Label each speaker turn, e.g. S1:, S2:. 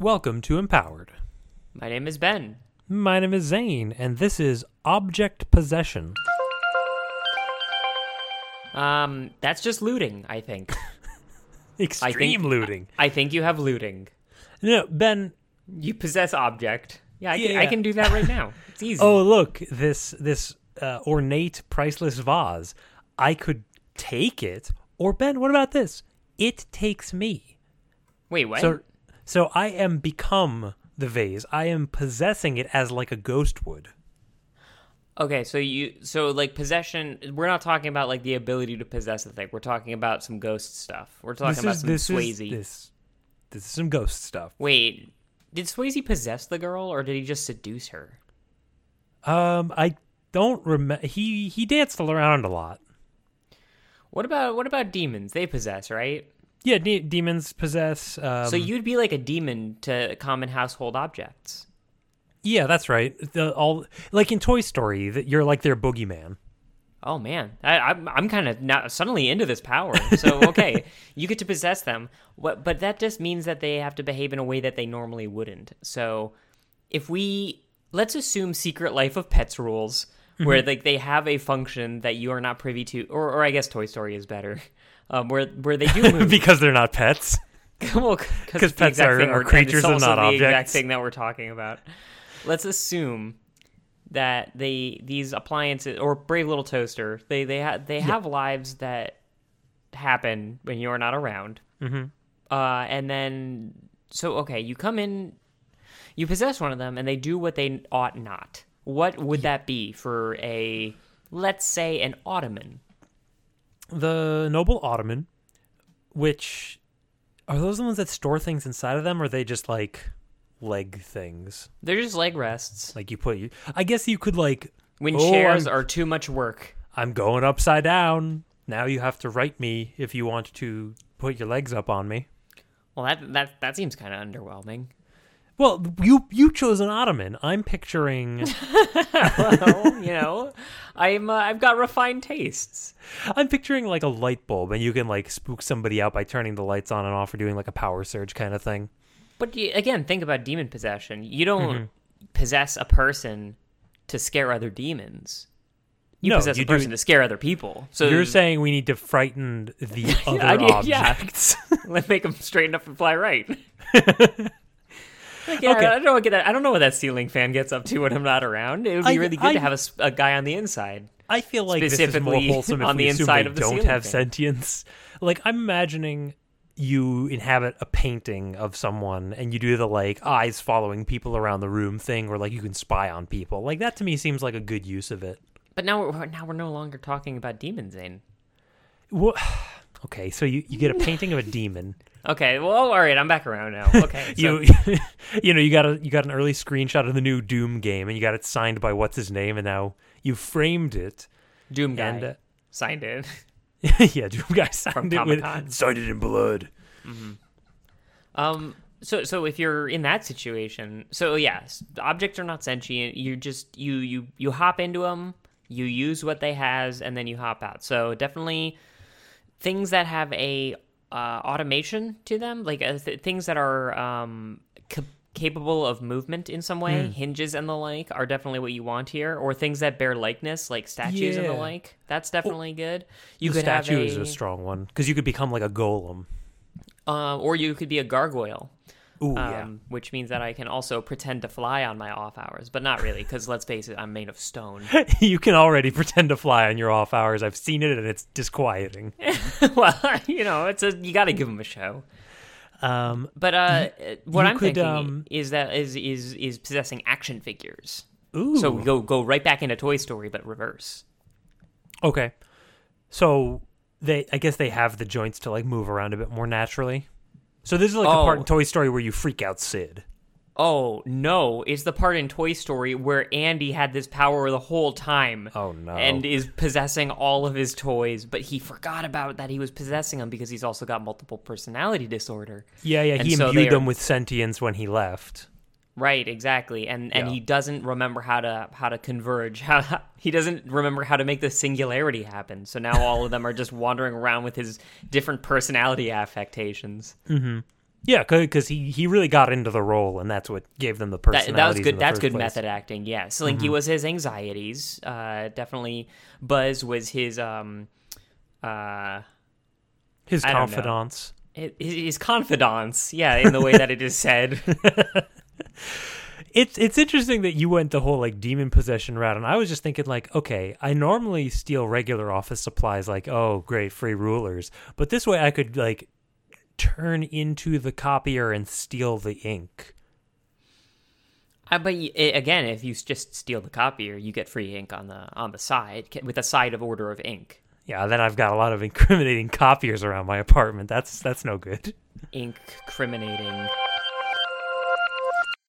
S1: Welcome to Empowered.
S2: My name is Ben.
S1: My name is Zane, and this is Object Possession.
S2: Um, that's just looting, I think.
S1: Extreme
S2: I think
S1: looting.
S2: I think you have looting.
S1: No, Ben.
S2: You possess object. Yeah, I can,
S1: Yeah,
S2: I
S1: yeah.
S2: can do that right now. It's easy.
S1: Oh, look this this uh, ornate, priceless vase. I could take it. Or Ben, what about this? It takes me.
S2: wait, what?
S1: So, so I am become the vase. I am possessing it as like a ghost would.
S2: okay, so you so like possession. We're not talking about like the ability to possess a thing. We're talking about some ghost stuff. We're talking about some Swayze.
S1: Is, this, this is some ghost stuff.
S2: Wait, did Swayze possess the girl or did he just seduce her?
S1: Um, I don't remember. He he danced around a lot.
S2: What about what about demons? They possess, right?
S1: Yeah, de- demons possess. Um,
S2: so you'd be like a demon to common household objects.
S1: yeah, that's right. The, all like in Toy Story, that you're like their boogeyman.
S2: Oh man, I, I'm I'm kind of now suddenly into this power. So okay, you get to possess them. What, but that just means that they have to behave in a way that they normally wouldn't. So if we let's assume Secret Life of Pets rules, where like they have a function that you are not privy to, or or I guess Toy Story is better, um, where where they do move.
S1: because they're not pets.
S2: well,
S1: 'Because
S2: because
S1: pets are- are creatures and not
S2: The exact
S1: objects.
S2: thing that we're talking about. Let's assume that they these appliances or brave little toaster they they ha- they have lives that happen when you are not around. Mm-hmm. Uh, and then so okay, you come in, you possess one of them, and they do what they ought not. What would that be for a let's say an ottoman?
S1: The noble ottoman, which are those the ones that store things inside of them, or are they just like leg things?
S2: They're just leg rests
S1: Like you put you. I guess you could like
S2: when
S1: Oh,
S2: chairs
S1: I'm-
S2: are too much work.
S1: I'm going upside down. Now you have to write me if you want to put your legs up on me.
S2: Well, that that that seems kind of underwhelming.
S1: Well, you you chose an ottoman. I'm picturing
S2: Well, you know, I'm uh, I've got refined tastes.
S1: I'm picturing like a light bulb and you can like spook somebody out by turning the lights on and off or doing like a power surge kind of thing.
S2: But you, again, think about demon possession. You don't
S1: Mm-hmm.
S2: possess a person to scare other demons. You
S1: No,
S2: possess
S1: you
S2: a person
S1: do-
S2: to scare other people. So
S1: You're saying we need to frighten the other
S2: I do- yeah.
S1: objects.
S2: let's make them straighten up and fly right. Like, yeah,
S1: Okay.
S2: I don't know. What that, I don't know what that ceiling fan gets up to when I'm not around. It would be
S1: I-
S2: really good
S1: I-
S2: to have a s a a guy on the inside.
S1: I feel like this is more
S2: Specifically
S1: wholesome if
S2: on
S1: we
S2: the
S1: assume
S2: inside
S1: they
S2: of the
S1: don't
S2: ceiling
S1: have
S2: fan.
S1: sentience. Like I'm imagining you inhabit a painting of someone and you do the like eyes following people around the room thing or like you can spy on people. Like that to me seems like a good use of it.
S2: But now we're now we're no longer talking about demons, Zane.
S1: Well, okay, so you, you get a painting of a demon.
S2: Okay, well, all right, I'm back around now. Okay, so-
S1: you you know you got a you got an early screenshot of the new Doom game and you got it signed by what's his name and now you framed it
S2: Doom guy
S1: and uh,
S2: signed it.
S1: yeah Doom guy signed it
S2: Comic-Con.
S1: with signed it in blood.
S2: Um, so so if you're in that situation, so yes, the objects are not sentient. You just you you you hop into them, you use what they has, and then you hop out. So definitely things that have a uh, automation to them, like uh, th- things that are um, cap capable of movement in some way,
S1: Hmm.
S2: hinges and the like, are definitely what you want here. Or things that bear likeness, like statues and the
S1: Yeah.
S2: like. That's definitely good. You
S1: the
S2: could
S1: statue
S2: have a,
S1: is a strong one because you could become like a golem.
S2: uh, or you could be a gargoyle.
S1: Ooh Oh, yeah.
S2: um, which means that I can also pretend to fly on my off hours, but not really, because let's face it, I'm made of stone.
S1: you can already pretend to fly on your off hours. I've seen it and it's disquieting.
S2: well, you know, it's a you got to give them a show.
S1: Um,
S2: But uh, what
S1: you
S2: I'm
S1: could,
S2: thinking
S1: um,
S2: is that is is is possessing action figures.
S1: ooh.
S2: So go go right back into Toy Story, but reverse.
S1: okay. So they, I guess they have the joints to like move around a bit more naturally. So this is like the part
S2: Oh.
S1: in Toy Story where you freak out Sid.
S2: Oh no! It's the part in Toy Story where Andy had this power the whole time.
S1: Oh, no.
S2: And is possessing all of his toys, but he forgot about that he was possessing them because he's also got multiple personality disorder.
S1: Yeah, yeah.
S2: And
S1: he
S2: so
S1: imbued
S2: they are-
S1: them with sentience when he left.
S2: Right, exactly. And and
S1: Yeah.
S2: he doesn't remember how to how to converge. How he doesn't remember how to make the singularity happen. So now all of them are just wandering around with his different personality affectations.
S1: Yeah, because he he really got into the role, and that's what gave them the
S2: That,
S1: personality.
S2: that was good. That's good method acting. Yeah, Slinky was his anxieties. Uh, definitely, Buzz was his um, uh,
S1: His
S2: I don't know.
S1: confidants.
S2: his, his confidants. Yeah, in the way that it is said.
S1: It's it's interesting that you went the whole like demon possession route, and I was just thinking like, okay, I normally steal regular office supplies, like oh great free rulers, but this way I could like turn into the copier and steal the ink.
S2: Uh, but y- i- again, if you s- just steal the copier, you get free ink on the on the side ca- with a side of order of ink.
S1: Yeah, then I've got a lot of incriminating copiers around my apartment. That's that's no good.
S2: Ink criminating.